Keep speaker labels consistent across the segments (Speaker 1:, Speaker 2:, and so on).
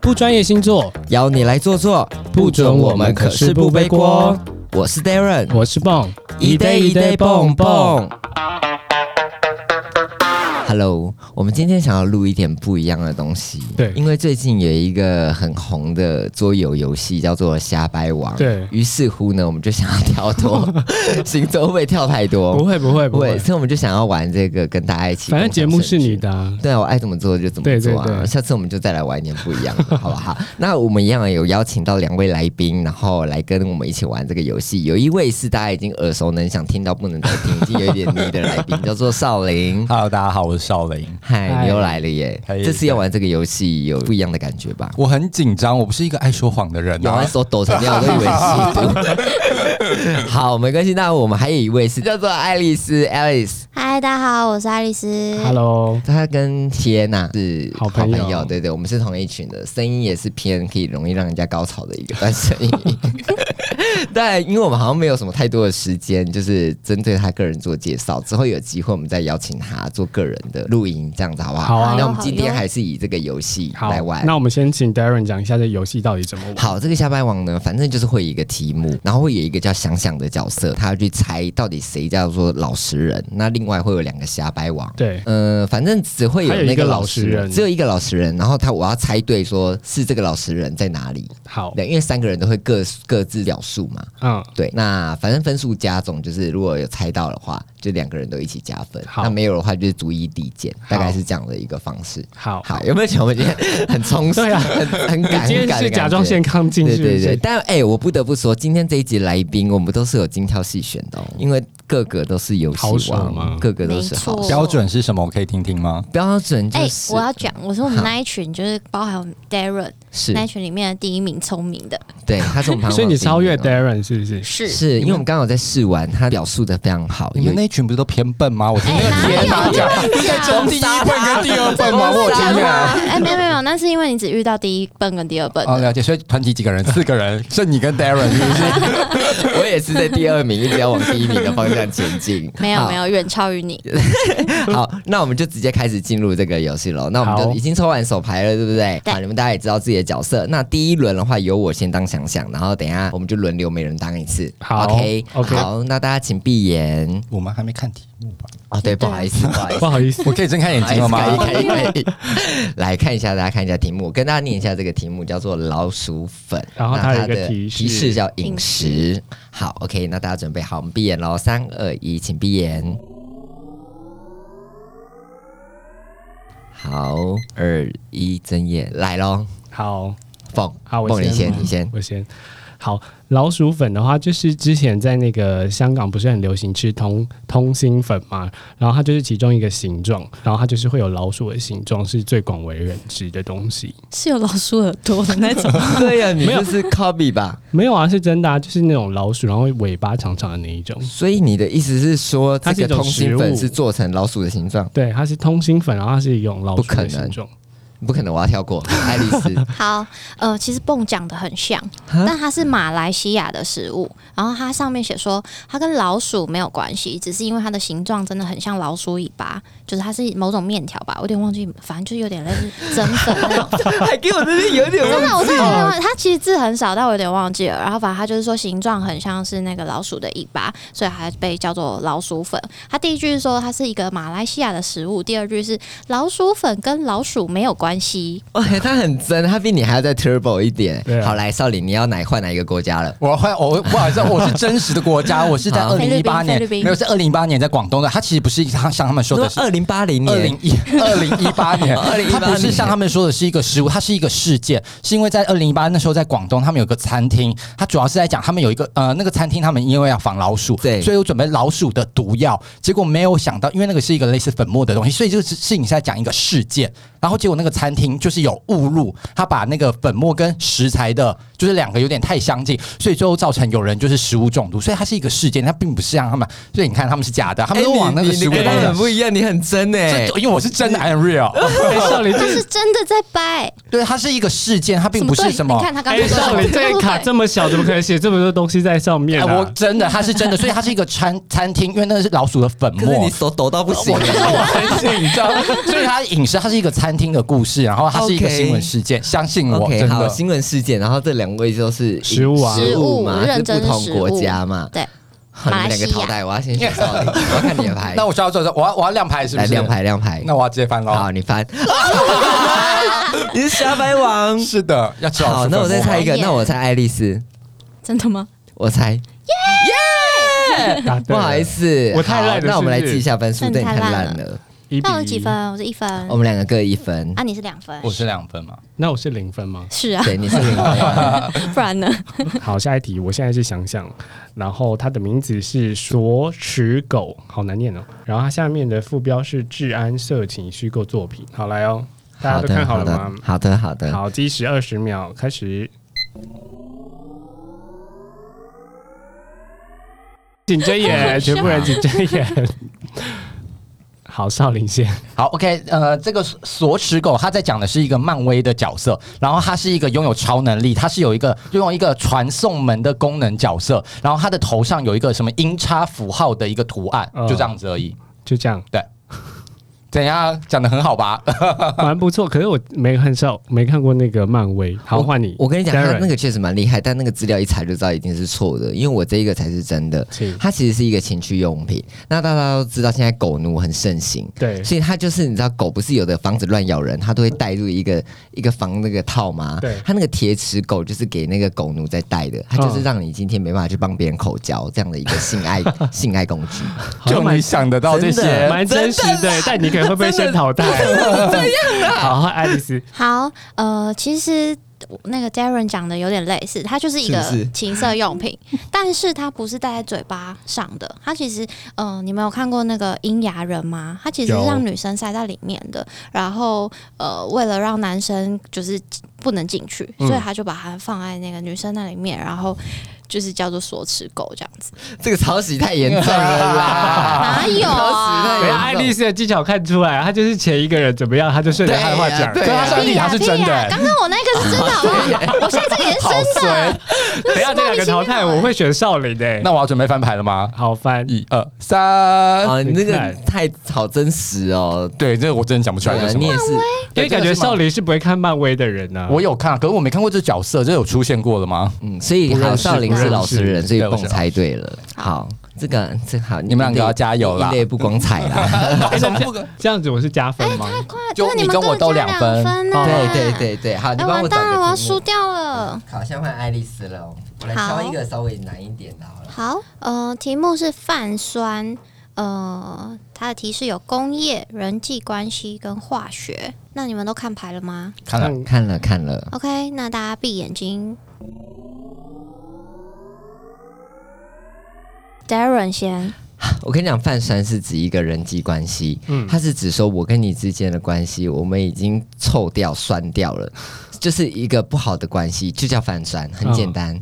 Speaker 1: 不专业星座，
Speaker 2: 邀你来坐坐，
Speaker 1: 不准我们可是不背锅。
Speaker 2: 我是 Darren，
Speaker 1: 我是棒，
Speaker 2: 蹦。Hello，我们今天想要录一点不一样的东西，
Speaker 1: 对
Speaker 2: 因为最近有一个很红的桌游游戏叫做《瞎掰王》，
Speaker 1: 对
Speaker 2: 于是乎呢，我们就想要跳 脱行走，会不会跳太
Speaker 1: 不
Speaker 2: 多？
Speaker 1: 会不会不会，
Speaker 2: 所以我们就想要玩这个，跟大家一起。
Speaker 1: 反正节目是你。的啊、
Speaker 2: 对啊，我爱怎么做就怎么做啊！
Speaker 1: 对对对
Speaker 2: 下次我们就再来玩一点不一样的，好不 好？那我们一样有邀请到两位来宾，然后来跟我们一起玩这个游戏。有一位是大家已经耳熟能详，听到不能再听，已经有一点腻的来宾，叫做少林。
Speaker 3: Hello，大家好，我是少林。
Speaker 2: 嗨，
Speaker 1: 嗨
Speaker 2: 你又来了耶！
Speaker 3: 嗨
Speaker 2: 这次要玩这个游戏有不一样的感觉吧？
Speaker 3: 我很紧张，我不是一个爱说谎的人
Speaker 2: 有
Speaker 3: 啊
Speaker 2: 人。手抖成那样，我都以为吸毒。好，没关系。那我们还有一位是叫做爱丽丝 Alice，
Speaker 4: 嗨，大家好，我是爱丽丝。
Speaker 1: Hello，
Speaker 2: 她跟谢娜是
Speaker 1: 好
Speaker 2: 朋
Speaker 1: 朋友
Speaker 2: 对对，我们是同一群的，声音也是偏可以容易让人家高潮的一个段声音。 但因为我们好像没有什么太多的时间，就是针对她个人做介绍，之后有机会我们再邀请她做个人的录音，这样子好不好？
Speaker 1: 好啊
Speaker 2: 那我们
Speaker 4: 好
Speaker 2: 今天
Speaker 4: 哟
Speaker 2: 还是以这个游戏
Speaker 1: 好
Speaker 2: 来玩。
Speaker 1: 那我们先请 Darren 讲一下这游戏到底怎么玩。
Speaker 2: 好，这个下班王呢，反正就是会有一个题目，然后会有一个叫想想的角色，他要去猜到底谁叫做老实人。那另外会有两个瞎掰王，
Speaker 1: 对，
Speaker 2: 呃，反正只会有
Speaker 1: 还有
Speaker 2: 那
Speaker 1: 一个老
Speaker 2: 老
Speaker 1: 实
Speaker 2: 实
Speaker 1: 人
Speaker 2: 只有一个老实人。然后他我要猜对，说是这个老实人在哪里？
Speaker 1: 好，
Speaker 2: 对，因为三个人都会各各自表述嘛。
Speaker 1: 嗯，
Speaker 2: 对，那反正分数加总就是，如果有猜到的话，就两个人都一起加分；
Speaker 1: 好
Speaker 2: 那没有的话，就是逐一递减，大概
Speaker 1: 好
Speaker 2: 是这样的一个方式。
Speaker 1: 好，
Speaker 2: 好，有没有觉得我们今天很充 实？
Speaker 1: 对啊
Speaker 2: 很很
Speaker 1: 你
Speaker 2: 感，
Speaker 1: 今天
Speaker 2: 很感
Speaker 1: 是
Speaker 2: 的
Speaker 1: 甲
Speaker 2: 感
Speaker 1: 状
Speaker 2: 觉
Speaker 1: 腺亢进，
Speaker 2: 对
Speaker 1: 是不
Speaker 2: 对对，
Speaker 1: 是？
Speaker 2: 但哎、我不得不说，今天这一集来宾我们都是有精挑细选的、哦，因为个个都是游
Speaker 1: 好啊
Speaker 2: 戏
Speaker 1: 手吗
Speaker 2: 王，个个都是好
Speaker 4: 没错
Speaker 2: 手。
Speaker 3: 标准是什么？我可以听听吗？
Speaker 2: 标准就
Speaker 4: 哎、
Speaker 2: 是、嗯
Speaker 4: 我要讲，我说我们那一群就是包含我们 Darren
Speaker 2: 是
Speaker 4: 那一群里面的第一名，聪明的，
Speaker 2: 对，他 是我们排行榜
Speaker 1: 所以你超越
Speaker 2: 第一名
Speaker 1: Darren 是不是？
Speaker 2: 哦
Speaker 4: 是
Speaker 2: 是因为我们刚好在试玩，他表述的非常好，
Speaker 3: 你们那群不是都偏笨吗？我听
Speaker 4: 哎哪
Speaker 3: 他
Speaker 4: 有
Speaker 3: 讲，
Speaker 2: 中第一
Speaker 4: 哎
Speaker 2: 笨跟第二笨
Speaker 3: 吗我有听
Speaker 4: 哇啊
Speaker 2: 啊
Speaker 4: 哎、没有没有没有，那是因为你只遇到第一笨跟第二笨的。
Speaker 3: 哦，了解。所以团体几个人？四个人，剩你跟 Darren 是不是？
Speaker 2: 我也是在第二名，一直要往第一名的方向前进
Speaker 4: 。没有
Speaker 2: 好
Speaker 4: 没有，远超于你。
Speaker 2: 好，那我们就直接开始进入这个游戏了。那我们
Speaker 1: 好
Speaker 2: 就已经抽完手牌了，对不对？
Speaker 4: 对
Speaker 2: 好，你们大家也知道自己的角色。那第一轮的话，由我先当想想，然后等一下我们就轮流每人当一次。
Speaker 1: 好
Speaker 2: o k
Speaker 1: OK
Speaker 2: 好，那大家请闭眼。
Speaker 3: 我们还没看题目吧？
Speaker 2: 哦，对，不
Speaker 4: 对啊
Speaker 2: 好意思，不好意思
Speaker 1: 不。好意思，
Speaker 3: 我可以睁开眼睛了吗？
Speaker 4: 哎
Speaker 2: 可以哎可以可以， 来看一下，大家看一下题目，我跟大家念一下这个题目，叫做老鼠粉，
Speaker 1: 然后
Speaker 2: 那
Speaker 1: 它有
Speaker 2: 它
Speaker 1: 一个
Speaker 2: 的
Speaker 1: 提示
Speaker 2: 提示叫饮
Speaker 4: 饮
Speaker 2: 食。好，OK，那大家准备好，我们闭眼喽，三二一，请闭眼。好，二一，睁眼，来喽，
Speaker 1: 好，
Speaker 2: 凤，
Speaker 1: 好，啊我
Speaker 2: 凤你先
Speaker 1: 吗，
Speaker 2: 你先，
Speaker 1: 我先。好，老鼠粉的话，就是之前在那个香港不是很流行吃通通心粉嘛，然后它就是其中一个形状，然后它就是会有老鼠的形状，是最广为人知的东西。
Speaker 4: 是有老鼠耳朵的那种，
Speaker 2: 对 呀，你就是 copy 吧？
Speaker 1: 没有啊，是真的啊，就是那种老鼠，然后尾巴长长的那一种。
Speaker 2: 所以你的意思是说，
Speaker 1: 它是一
Speaker 2: 这个
Speaker 1: 种
Speaker 2: 通
Speaker 1: 食
Speaker 2: 心
Speaker 1: 物
Speaker 2: 粉是做成老鼠的形状？
Speaker 1: 对，它是通心粉，然后它是一种老
Speaker 2: 不
Speaker 1: 鼠
Speaker 2: 可
Speaker 1: 的
Speaker 2: 能
Speaker 1: 形状。
Speaker 2: 不可能，我要跳过，爱丽 丝。
Speaker 4: 好，呃，其实蹦讲的很像，但它是马来西亚的食物。然后它上面写说，它跟老鼠没有关系，只是因为它的形状真的很像老鼠尾巴，就是它是某种面条吧，我有点忘记，反正就是有点类似蒸粉那种。
Speaker 2: 还哎给我这边有点
Speaker 4: 真的，我真的有点忘记，它其实字很少，但我有点忘记了。然后反正它就是说形状很像是那个老鼠的尾巴，所以还被叫做老鼠粉。它第一句是说它是一个马来西亚的食物，第二句是老鼠粉跟老鼠没有关系。
Speaker 2: 哇，他很真，他比你还要再 turbo 一点。
Speaker 1: 对啊
Speaker 2: 好，来，少林，你要哪换哪一个国家了？
Speaker 3: 我换我不好意思，我是真实的国家，我是在
Speaker 2: 好
Speaker 3: 二零一八年
Speaker 4: 菲律宾菲律，宾
Speaker 3: 没有是二零一八年在广东的。他其实不是他像他们说的 是
Speaker 2: 二零八零哦
Speaker 3: 二零
Speaker 2: 年，
Speaker 3: 一二零一八年，
Speaker 2: 2018
Speaker 3: 它不是
Speaker 2: 年
Speaker 3: 哎像他们说的是一个食物，它是一个事件，是因为在二零一八那时候在广东，他们有个餐厅，它主要是在讲他们有一个呃那个餐厅，他们因为要防老鼠，
Speaker 2: 对
Speaker 3: 所以有准备老鼠的毒药，结果没有想到，因为那个是一个类似粉末的东西，所以这个是是你在讲一个事件，然后结果那个餐厅就是有误入，他把那个粉末跟食材的就是两个有点太相近，所以最后造成有人就是食物中毒，所以它是一个事件，它并不是让他们，所以你看他们是假的，他们都往那个
Speaker 2: 哎你
Speaker 3: 食物
Speaker 2: 你
Speaker 3: 方
Speaker 2: 跟他
Speaker 3: 向
Speaker 2: 很。不一样，你很真哎、
Speaker 3: 这因为我是真的 I'm real，
Speaker 1: 哎少林，
Speaker 4: 他是真的在掰，
Speaker 3: 对，它是一个事件，它并不是
Speaker 4: 对
Speaker 3: 什么
Speaker 4: 你。看他刚
Speaker 1: 哎，
Speaker 4: 刚
Speaker 1: 少
Speaker 4: 说
Speaker 1: 林这个卡这么小，怎么可能写这么多东西在上面
Speaker 3: 哎，
Speaker 1: 啊？
Speaker 3: 我真的，它是真的，所以它是一个餐餐厅，因为那是老鼠的粉
Speaker 2: 可是
Speaker 3: 末
Speaker 2: 你。手抖到不 行
Speaker 3: 我，我很紧张， 所以它饮食，它是一个餐厅的故事，然后它是一个
Speaker 2: OK
Speaker 3: 新闻事件，相信我，
Speaker 2: OK，
Speaker 3: 真
Speaker 2: 好，
Speaker 3: 的。
Speaker 2: 新闻事件，然后这两位就是
Speaker 1: 食物啊
Speaker 2: 食物嘛，就
Speaker 4: 食物
Speaker 2: 是不
Speaker 4: 认真
Speaker 2: 同
Speaker 4: 食物
Speaker 2: 国家嘛，
Speaker 4: 对，
Speaker 2: 好，你们两个淘
Speaker 4: 马来
Speaker 2: 汰，我要先选少 林，我要看你的牌，
Speaker 3: 那我需要做，我要我要亮牌是不
Speaker 2: 来
Speaker 3: 是？
Speaker 2: 亮，牌亮牌，
Speaker 3: 那我要直接翻喽
Speaker 2: 好，。你 翻， 你是瞎掰王，
Speaker 3: 是的，要吃老
Speaker 2: 好，
Speaker 3: 鼠
Speaker 2: 那我
Speaker 3: 粉
Speaker 2: 再
Speaker 3: 末。
Speaker 2: 猜一个，
Speaker 4: 耶
Speaker 2: 那我猜爱丽丝，
Speaker 4: 真的吗？
Speaker 2: 我猜，
Speaker 1: 答啊对
Speaker 2: 不
Speaker 1: 了
Speaker 2: 好意，思，
Speaker 1: 我太烂了是
Speaker 2: 好
Speaker 1: 不是
Speaker 2: 那我们来记一下分数，
Speaker 4: 那你
Speaker 2: 对你
Speaker 4: 太
Speaker 2: 太
Speaker 4: 烂
Speaker 2: 烂
Speaker 4: 了
Speaker 2: 了，
Speaker 1: 一比
Speaker 4: 那我几？分？我是一分，
Speaker 2: 我们两个各一分，
Speaker 4: 啊，你是两分
Speaker 3: 我，是两分嘛？
Speaker 1: 那我是零分吗？
Speaker 4: 是啊，
Speaker 2: 对，你是 零分，
Speaker 4: 不然呢？
Speaker 1: 好，下一题，我现在是想想，然后它的名字是索齿狗，好难念哦。然后它下面的副标是治安色情虚构作品。好，来哦，大家
Speaker 2: 好
Speaker 1: 都看
Speaker 2: 的，
Speaker 1: 好了
Speaker 2: 的
Speaker 1: 吗？，
Speaker 2: 好的，好的，
Speaker 1: 好，计时二十秒，开始。紧睁 眼，全部人紧睁眼。 好，少林先。
Speaker 3: 好，OK，呃，这个索齿狗它在讲的是一个漫威的角色，然后它是一个拥有超能力，它是有一个拥有一个传送门的功能角色，然后它的头上有一个什么音叉符号的一个图案，
Speaker 1: 嗯
Speaker 3: 就这样子而已。
Speaker 1: 就这 样，
Speaker 3: 怎样讲的很好吧？
Speaker 1: 蛮不错。可是我没很少没看过那个漫威。好，
Speaker 2: 我
Speaker 1: 换你。
Speaker 2: 我跟你讲，他
Speaker 1: Darren，
Speaker 2: 那个确实蛮厉害，但那个资料一查就知道一定是错的，因为我这一个才是真的。
Speaker 1: 请
Speaker 2: 它其实是一个情趣用品。那大家都知道，现在狗奴很盛行，
Speaker 1: 对
Speaker 2: 所以它就是你知道，狗不是有的房子乱咬人，它都会带入一个一个防那个套吗？
Speaker 1: 对
Speaker 2: 它那个铁齿狗就是给那个狗奴在带的，它就是让你今天没办法去帮别人口交这样的一个性爱性爱工具。
Speaker 1: 好像蛮
Speaker 3: 想得
Speaker 2: 到这些真的
Speaker 1: 蛮真实的，但你可能会被先淘汰。这样 好，换爱丽丝，
Speaker 4: 好，呃，其实那个 Darren 讲的有点类似，它就是一个
Speaker 2: 是不是
Speaker 4: 情色用品， 但是它不是戴在嘴巴上的，它其实，呃，你们有看过那个阴牙人吗？它其实是
Speaker 1: 有
Speaker 4: 让女生塞在里面的，然后呃，为了让男生就是不能进去，嗯所以他就把它放在那个女生那里面，然后。就是叫做锁齿狗这样子，
Speaker 2: 这个抄袭太严重了啦！
Speaker 4: 哪有啊
Speaker 2: 对
Speaker 1: 对，？
Speaker 2: 然后
Speaker 1: 爱 丽丝的技巧看出来，她就是前一个人怎么样，她就顺着她的话讲。
Speaker 2: 对
Speaker 3: 对
Speaker 2: 啊
Speaker 3: 啊，算
Speaker 4: 屁
Speaker 3: 你
Speaker 4: 呀
Speaker 3: 他是真
Speaker 4: 屁
Speaker 3: 的、欸
Speaker 4: 呀刚刚我那个是真的，好不 好？我现在这个也是
Speaker 3: 好
Speaker 4: 真的。啊
Speaker 1: 等一下这两个淘汰，我会选少林诶。
Speaker 3: 那我要准备翻牌了吗？
Speaker 1: 好翻，
Speaker 3: 一二三，
Speaker 2: 啊，你那
Speaker 1: 你
Speaker 2: 个
Speaker 1: 看
Speaker 2: 太好真实哦。
Speaker 3: 对，这个我真的讲不出
Speaker 2: 对
Speaker 3: 来
Speaker 2: 啊
Speaker 3: 是什
Speaker 2: 你
Speaker 3: 么
Speaker 2: 也。是，
Speaker 1: 因为感觉少林是不会看漫威的人啊呢。
Speaker 3: 我有看，啊可是我没看过这角色，这有出现过 了吗？
Speaker 2: 嗯，所以
Speaker 1: 不认
Speaker 2: 好，
Speaker 1: 识
Speaker 2: 少林
Speaker 1: 不
Speaker 2: 是
Speaker 1: 认
Speaker 2: 老
Speaker 1: 识
Speaker 2: 实人，所以
Speaker 3: 对我
Speaker 2: 蹦
Speaker 3: 是老
Speaker 2: 猜对了。好，这个这好，
Speaker 3: 你们两个要加油啦
Speaker 2: 一类不光彩 啦。
Speaker 1: 哎那这样这样子我是加分吗？
Speaker 4: 快，
Speaker 3: 就
Speaker 4: 那你
Speaker 3: 你
Speaker 4: 们
Speaker 3: 跟我都
Speaker 4: 加
Speaker 3: 两分
Speaker 4: 分啊哦呢、
Speaker 2: 对哦对对对，好，啊你
Speaker 4: 哎，
Speaker 2: 帮
Speaker 4: 完
Speaker 2: 我找
Speaker 4: 蛋
Speaker 2: 一
Speaker 4: 了，我
Speaker 2: 个
Speaker 4: 要
Speaker 2: 题
Speaker 4: 输
Speaker 2: 目。嗯
Speaker 4: 掉了。
Speaker 2: 好，先换爱丽丝了哦，我来
Speaker 4: 好
Speaker 2: 挑一个稍微难一点的好了。
Speaker 4: 好，呃，题目是泛酸，呃，它的提示有工业、人际关系跟化学。那你们都看牌了吗
Speaker 3: 看来
Speaker 2: 看了看 了，
Speaker 4: ？OK，那大家闭眼睛。Darren 先，
Speaker 2: 我跟你讲，泛酸是指一个人际关系，
Speaker 1: 嗯
Speaker 2: 它是指说我跟你之间的关系，我们已经臭掉、酸掉了，就是一个不好的关系，就叫泛酸，很简单。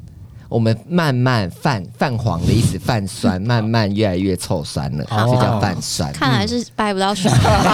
Speaker 2: 我们慢慢泛泛黄的意思，泛 酸，慢慢越来越臭酸了，
Speaker 1: 好
Speaker 2: 就叫泛酸。
Speaker 4: 看来是掰不到手。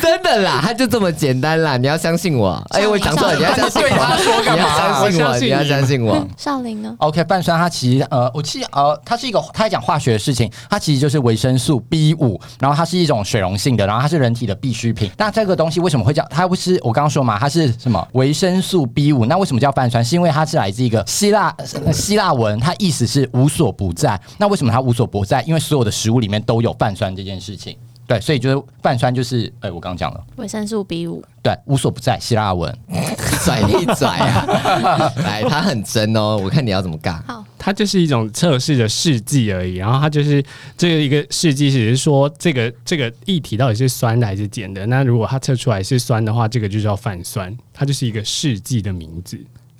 Speaker 2: 真的啦，它就这么简单啦，你要相信我。哎、我讲错了，你要相信我。
Speaker 3: 对他说干
Speaker 2: 你
Speaker 3: 嘛
Speaker 2: 要相信
Speaker 1: 我
Speaker 2: 我，
Speaker 1: 相信
Speaker 2: 你要
Speaker 1: 你
Speaker 2: 相信 我。
Speaker 4: 少林呢？
Speaker 3: OK，半酸它其实呃，我记得呃，它是一个，它在讲化学的事情，它其实就是维生素 B 五，然后它是一种水溶性的，然后它是人体的必需品。那这个东西为什么会叫它不是我刚刚说嘛，它是什么维生素 B 五？那为什么叫半酸？是因为它是来自一个希腊、呃希腊文，它意思是无所不在。那为什么它无所不在？因为所有的食物里面都有半酸这件事情。对，所以就是半酸就是，哎、我刚刚讲了，
Speaker 4: 维生素 B 五。
Speaker 3: 对，无所不在，希腊文。
Speaker 2: 拽一拽啊！ 来，他很真哦，我看你要怎么尬。
Speaker 1: 它就是一种测试的试剂而已。然后它就是这个一个试剂，只是说这个这个液体到底是酸的还是碱的。那如果它测出来是酸的话，这个就叫泛酸，它就是一个试剂的名字。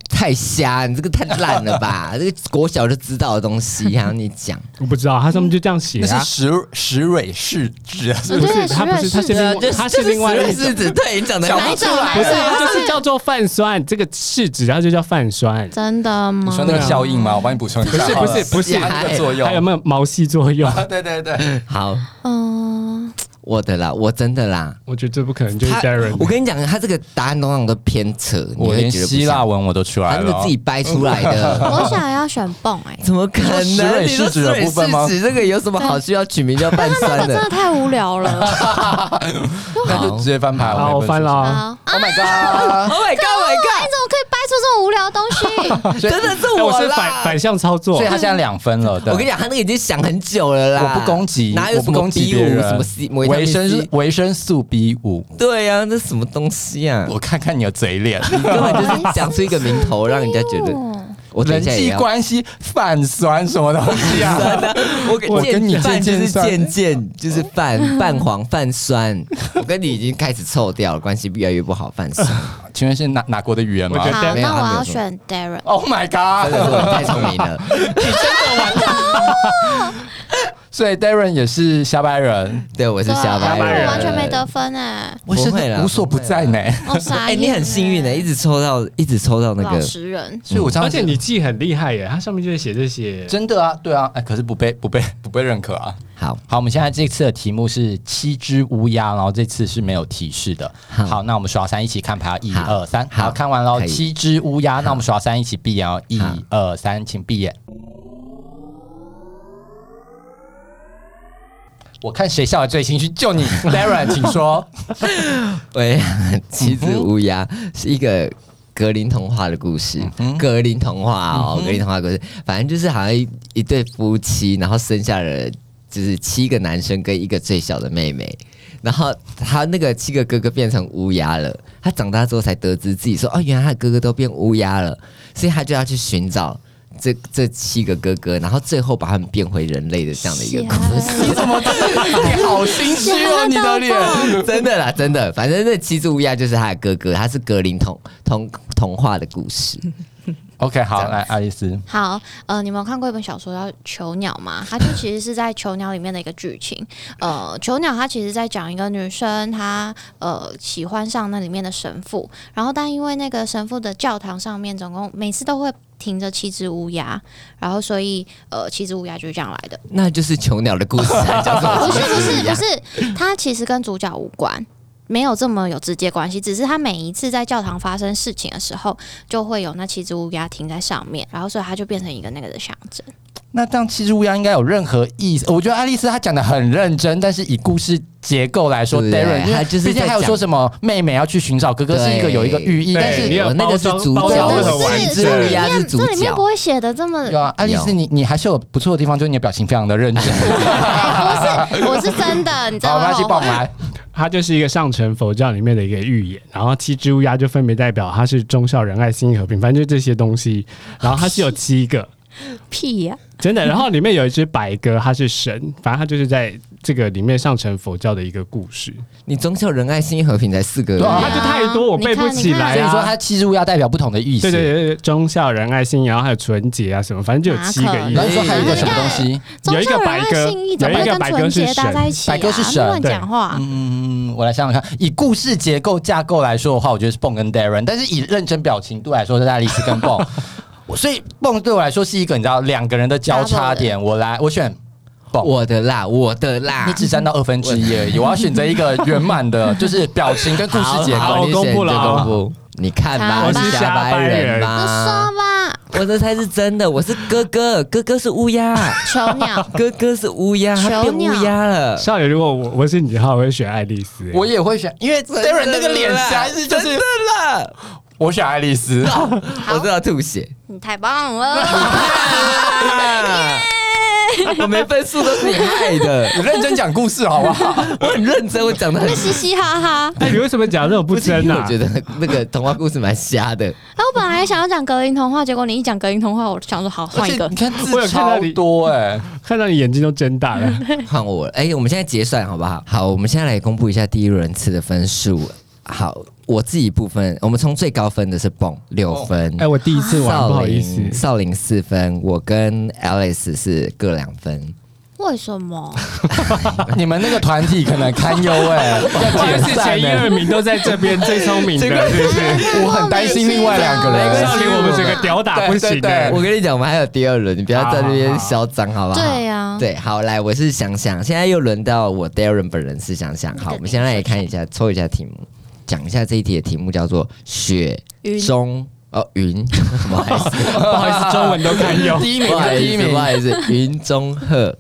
Speaker 2: 太瞎，你这个太烂了 吧？这个国小就知道的东西，还要你讲？
Speaker 1: 我不知道，他上面就这样写
Speaker 3: 那
Speaker 1: 啊
Speaker 3: 是。石石蕊试纸，
Speaker 1: 不
Speaker 4: 我觉
Speaker 1: 是，
Speaker 4: 得
Speaker 1: 他不是，
Speaker 4: 石
Speaker 1: 他
Speaker 4: 蕊
Speaker 1: 是
Speaker 4: 是
Speaker 2: 啊
Speaker 1: 另外，他是另外一种，
Speaker 2: 是指对你讲的
Speaker 4: 哪一种？哪
Speaker 1: 不
Speaker 4: 一
Speaker 1: 是，
Speaker 4: 种？
Speaker 1: 它哎就是叫做泛酸，这个是指它就叫泛酸，
Speaker 4: 真的吗
Speaker 3: 你？说那个效应吗？我帮你补充一
Speaker 1: 嗯
Speaker 3: 下
Speaker 1: 不是
Speaker 3: 好
Speaker 1: 不
Speaker 3: 了，
Speaker 1: 是不是，
Speaker 3: 它那个作用
Speaker 1: 还有没有毛细作用？
Speaker 3: 啊对 对对，
Speaker 2: 好，
Speaker 4: 嗯，
Speaker 2: 我的啦，我真的啦。
Speaker 1: 我觉得这不可能，就是
Speaker 2: 他
Speaker 1: Darren，
Speaker 2: 我跟你讲，他这个答案通常都偏扯，你
Speaker 3: 我
Speaker 2: 会
Speaker 3: 连
Speaker 2: 觉得不
Speaker 3: 希腊
Speaker 2: 像，
Speaker 3: 文我都出来
Speaker 2: 他那
Speaker 3: 了啊
Speaker 2: 个自，己掰出来的。
Speaker 4: 我想要选泵哎、
Speaker 2: 怎么可能？
Speaker 3: 你说石蕊
Speaker 2: 你说
Speaker 3: 试纸的
Speaker 2: 石蕊
Speaker 3: 部分吗
Speaker 2: 试纸这个有什么好需要取名 叫半
Speaker 4: 那
Speaker 2: 酸
Speaker 4: 个真
Speaker 2: 的
Speaker 4: 的？太无聊了。
Speaker 3: 那就直接翻牌。
Speaker 1: 好，我翻了。
Speaker 4: 好，
Speaker 1: 啊。
Speaker 4: 啊
Speaker 3: Oh my god！
Speaker 2: Oh my god, oh my
Speaker 4: 你怎么可以掰出这种无聊的东西？
Speaker 2: god！真的是
Speaker 1: 哎我是反
Speaker 2: 啦
Speaker 1: 反。向操作
Speaker 3: 所以，他现在两分了。对
Speaker 2: 我跟你讲，他那个已经想很久了啦。
Speaker 3: 我不攻击，
Speaker 2: 哪有
Speaker 3: 我
Speaker 2: 什
Speaker 3: 不
Speaker 2: 么
Speaker 3: 攻击
Speaker 2: B
Speaker 3: 别
Speaker 2: 五
Speaker 3: 人。
Speaker 2: 什么 C
Speaker 3: 维生素
Speaker 2: 素？
Speaker 3: 维生素 B 五，
Speaker 2: 对呀、啊，那什么东西啊？
Speaker 3: 我看看你的嘴脸。
Speaker 2: 根本就是讲出一个名头，让人家觉得 我等
Speaker 3: 人
Speaker 2: 一下也
Speaker 3: 际
Speaker 2: 要。
Speaker 3: 关系反酸什么东西 啊？
Speaker 2: 我跟
Speaker 3: 我跟你
Speaker 2: 饭就是
Speaker 3: 渐渐酸
Speaker 2: 渐渐就是 泛泛黄泛酸，我跟你已经开始臭掉了，关系越来越不好，泛 酸。
Speaker 3: 请问是哪哪国的语言吗
Speaker 1: 我觉得
Speaker 4: 好，
Speaker 2: 没有
Speaker 4: 那
Speaker 2: 他没
Speaker 4: 我
Speaker 2: 有
Speaker 4: 要
Speaker 2: 说
Speaker 4: 选 Darren。
Speaker 3: ？Oh my
Speaker 2: 真的是
Speaker 3: god！
Speaker 2: 我太聪明了，
Speaker 3: 所以 Darren 也是瞎掰人，
Speaker 2: 对我是
Speaker 4: 对啊，
Speaker 2: 瞎掰人，
Speaker 4: 我完全没得分 哎、
Speaker 2: 不会啦
Speaker 3: 无所不在呢。
Speaker 4: 我傻
Speaker 2: 哎，
Speaker 4: 眼、欸
Speaker 2: 你很幸运的，一直抽到一直抽到那
Speaker 4: 老
Speaker 2: 个，
Speaker 4: 实人，
Speaker 3: 所以我这样
Speaker 1: 而且你记很厉害耶，它上面就会写这些。
Speaker 3: 真的啊，对啊，哎，可是不被不被不被认可啊。
Speaker 2: 好，
Speaker 3: 好，我们现在这次的题目是七只乌鸦，然后这次是没有提示的。
Speaker 2: 好
Speaker 3: 好，那我们数到三一起看牌，一
Speaker 2: 好
Speaker 3: 二三，
Speaker 2: 好
Speaker 3: 好看完喽
Speaker 2: 可，以
Speaker 3: 七只乌鸦。那我们数到三一起闭眼哦，一
Speaker 2: 好
Speaker 3: 二三，请闭眼。我看谁笑的最心虚，就你，Darren，请说。
Speaker 2: 喂，七只乌鸦是一个格林童话的故事，格林童话哦，格林童话故事，反正就是好像一一对夫妻，然后生下了就是七个男生跟一个最小的妹妹。然后他那个七个哥哥变成乌鸦了，他长大之后才得知自己说哦，原来他的哥哥都变乌鸦了，所以他就要去寻找这这七个哥哥，然后最后把他们变回人类的这样的一个故事。
Speaker 3: 你怎么这 你好心虚哦，你的脸。
Speaker 2: 真的啦，真的，反正那七只乌鸦就是他的哥哥，他是格林童童童话的故事。
Speaker 3: OK，好，来，爱丽丝，
Speaker 4: 好，呃，你们有看过一本小说叫《囚鸟》吗？它就其实是在《囚鸟》里面的一个剧情。呃，《囚鸟》它其实在讲一个女生，她呃喜欢上那里面的神父，然后但因为那个神父的教堂上面总共每次都会停着七只乌鸦，然后所以呃七只乌鸦就是这样来的。
Speaker 2: 那就是囚鸟的故事，还叫做
Speaker 4: 不是不
Speaker 2: 七只
Speaker 4: 是
Speaker 2: 乌
Speaker 4: 不
Speaker 2: 鸦
Speaker 4: 是，它其实跟主角无关，没有这么有直接关系。只是他每一次在教堂发生事情的时候，就会有那七只乌鸦停在上面，然后所以它就变成一个那个的象征。
Speaker 3: 那这样七只乌鸦应该有任何意思？我觉得爱丽丝她讲的很认真，但是以故事结构来说
Speaker 2: 对对
Speaker 3: ，Darren，因为
Speaker 2: 她就是
Speaker 3: 毕竟
Speaker 2: 在
Speaker 3: 还有
Speaker 2: 讲
Speaker 3: 说什么妹妹要去寻找哥哥是一个
Speaker 2: 对
Speaker 3: 有一个寓意，
Speaker 1: 对
Speaker 3: 但
Speaker 1: 你
Speaker 3: 是
Speaker 1: 有
Speaker 2: 我那个是
Speaker 1: 包装
Speaker 2: 主
Speaker 1: 包
Speaker 2: 角，
Speaker 1: 装得
Speaker 4: 得
Speaker 1: 很
Speaker 2: 哦我
Speaker 1: 完
Speaker 2: 七
Speaker 1: 整
Speaker 4: 是
Speaker 2: 只
Speaker 4: 这
Speaker 2: 乌
Speaker 4: 里
Speaker 2: 鸦是
Speaker 4: 面
Speaker 2: 主
Speaker 4: 这里面不
Speaker 2: 角。
Speaker 4: 会写 的这么。
Speaker 3: 有啊，爱丽丝
Speaker 2: 有
Speaker 3: 你你还是有不错的地方，就是你的表情非常 的认真。
Speaker 4: 哎不是，我是真的，你知道
Speaker 3: 好，
Speaker 4: 吗
Speaker 3: 那？去帮我们来，
Speaker 1: 它就是一个上乘佛教里面的一个寓言，然后七只乌鸦就分别代表它是忠孝仁爱心意和平，反正就这些东西。然后它是有七个，
Speaker 4: 屁呀、
Speaker 1: 真的。然后里面有一只白鸽，它是神，反正它就是在这个里面上乘佛教的一个故事。
Speaker 2: 你忠孝仁爱心和平才四个
Speaker 1: 对啊，
Speaker 4: 对
Speaker 1: 它
Speaker 4: 啊
Speaker 1: 就太多，我
Speaker 4: 你
Speaker 1: 背不
Speaker 4: 看
Speaker 1: 起
Speaker 4: 你看
Speaker 1: 来、啊。
Speaker 3: 所以说它七只乌鸦代表不同的意思。
Speaker 1: 对对对对，忠孝仁爱信，然后还有纯洁啊什么，反正就有七个意
Speaker 3: 然
Speaker 1: 思。
Speaker 3: 后你说还有一个什么东西？
Speaker 1: 有一个白鸽
Speaker 4: 信义怎么
Speaker 1: 有
Speaker 4: 会
Speaker 1: 一个
Speaker 4: 跟
Speaker 1: 白鸽
Speaker 4: 纯
Speaker 1: 是
Speaker 4: 洁搭
Speaker 1: 神
Speaker 4: 在一起、啊？
Speaker 3: 白鸽是神
Speaker 4: 乱
Speaker 1: 对
Speaker 4: 讲话。
Speaker 3: 嗯，我来想想看，以故事结构架构来说的话，我觉得是蹦跟 Darren，但是以认真表情度来说，是爱丽丝跟蹦。 我所以蹦对我来说是一个你知道两个人的交叉点。我来，我选 蹦。
Speaker 2: 我的啦，我的啦
Speaker 3: 你。只占到二分之一而已，我要选择一个圆满的，就是表情跟故事结
Speaker 1: 好
Speaker 3: 构。
Speaker 1: 好
Speaker 2: 你
Speaker 1: 公
Speaker 2: 选
Speaker 1: 布了
Speaker 2: 就
Speaker 1: 啊
Speaker 2: 公布。你看吧，
Speaker 4: 我是
Speaker 2: 你
Speaker 1: 瞎
Speaker 2: 瞎
Speaker 1: 掰
Speaker 2: 人
Speaker 1: 人
Speaker 4: 你
Speaker 2: 吧。
Speaker 4: 说 吧，
Speaker 2: 我的才是真的，我是哥哥，哥哥是乌鸦，，
Speaker 4: 囚鸟
Speaker 2: 哥哥是乌鸦，他变
Speaker 4: 囚鸟
Speaker 2: 乌鸦了。
Speaker 1: 少爷，如果我我是你的话，我会选爱丽丝、
Speaker 3: 我也会选，因为 Darren 那个脸实在是就
Speaker 2: 真
Speaker 3: 是
Speaker 2: 的啦，
Speaker 3: 我选爱丽丝。
Speaker 2: 我都要吐血。
Speaker 4: 你太棒了！
Speaker 2: 我没分数都是你害的，
Speaker 3: 你认真讲故事好不好？
Speaker 2: 我很认真，我讲的很
Speaker 4: 那。嘻嘻哈哈。
Speaker 1: 哎、你为什么讲这种不真
Speaker 2: 因为
Speaker 1: 啊
Speaker 2: 我？觉得那个童话故事蛮瞎的，
Speaker 4: 哎，我本来想要讲格林童话，结果你一讲格林童话，我想说好换一个
Speaker 3: 你。看
Speaker 1: 我
Speaker 3: 字
Speaker 1: 有看到
Speaker 3: 超
Speaker 1: 你
Speaker 3: 多哎，
Speaker 1: 看到你眼睛都睁大了。
Speaker 2: 换我了。哎、我们现在结算好不好？好，我们现在来公布一下第一轮次的分数。好，我自己部分，我们从最高分的是蹦六分，
Speaker 1: 哎，我第一次玩，不
Speaker 2: 少
Speaker 1: 好意思
Speaker 2: 林，少林四分，我跟 Alice 是各两 分。
Speaker 4: 为什么？
Speaker 3: 你们那个团体可能堪忧哎、
Speaker 1: 不好
Speaker 3: 要
Speaker 1: 意思
Speaker 3: 解，散
Speaker 1: 前一
Speaker 3: 呢、
Speaker 1: 二名都在这边，最聪明的，是不 是？
Speaker 3: 我很担心另外两个
Speaker 4: 没关
Speaker 3: 人
Speaker 4: 系。
Speaker 1: 少林，我们整个屌打不行欸
Speaker 3: 对对
Speaker 1: 的
Speaker 3: 对。
Speaker 2: 我跟你讲，我们还有第二轮，你不要在那边嚣张，好不好？
Speaker 4: 对啊呀
Speaker 2: 对，好，来，我是想想，现在又轮到我 Darren 本人是想想。好，
Speaker 4: 你的
Speaker 2: 我们先来看一下，抽一下题目，讲一下这一题的题目叫做雪
Speaker 4: 云
Speaker 2: 中哦云， 不好意 思，
Speaker 1: 不好意思，中文都堪忧。
Speaker 3: 第一
Speaker 2: 不
Speaker 3: 名
Speaker 2: 好，
Speaker 3: 第
Speaker 2: 意
Speaker 3: 一
Speaker 4: 哦
Speaker 2: 思，
Speaker 3: 名
Speaker 2: 不，好意 思，云中鹤，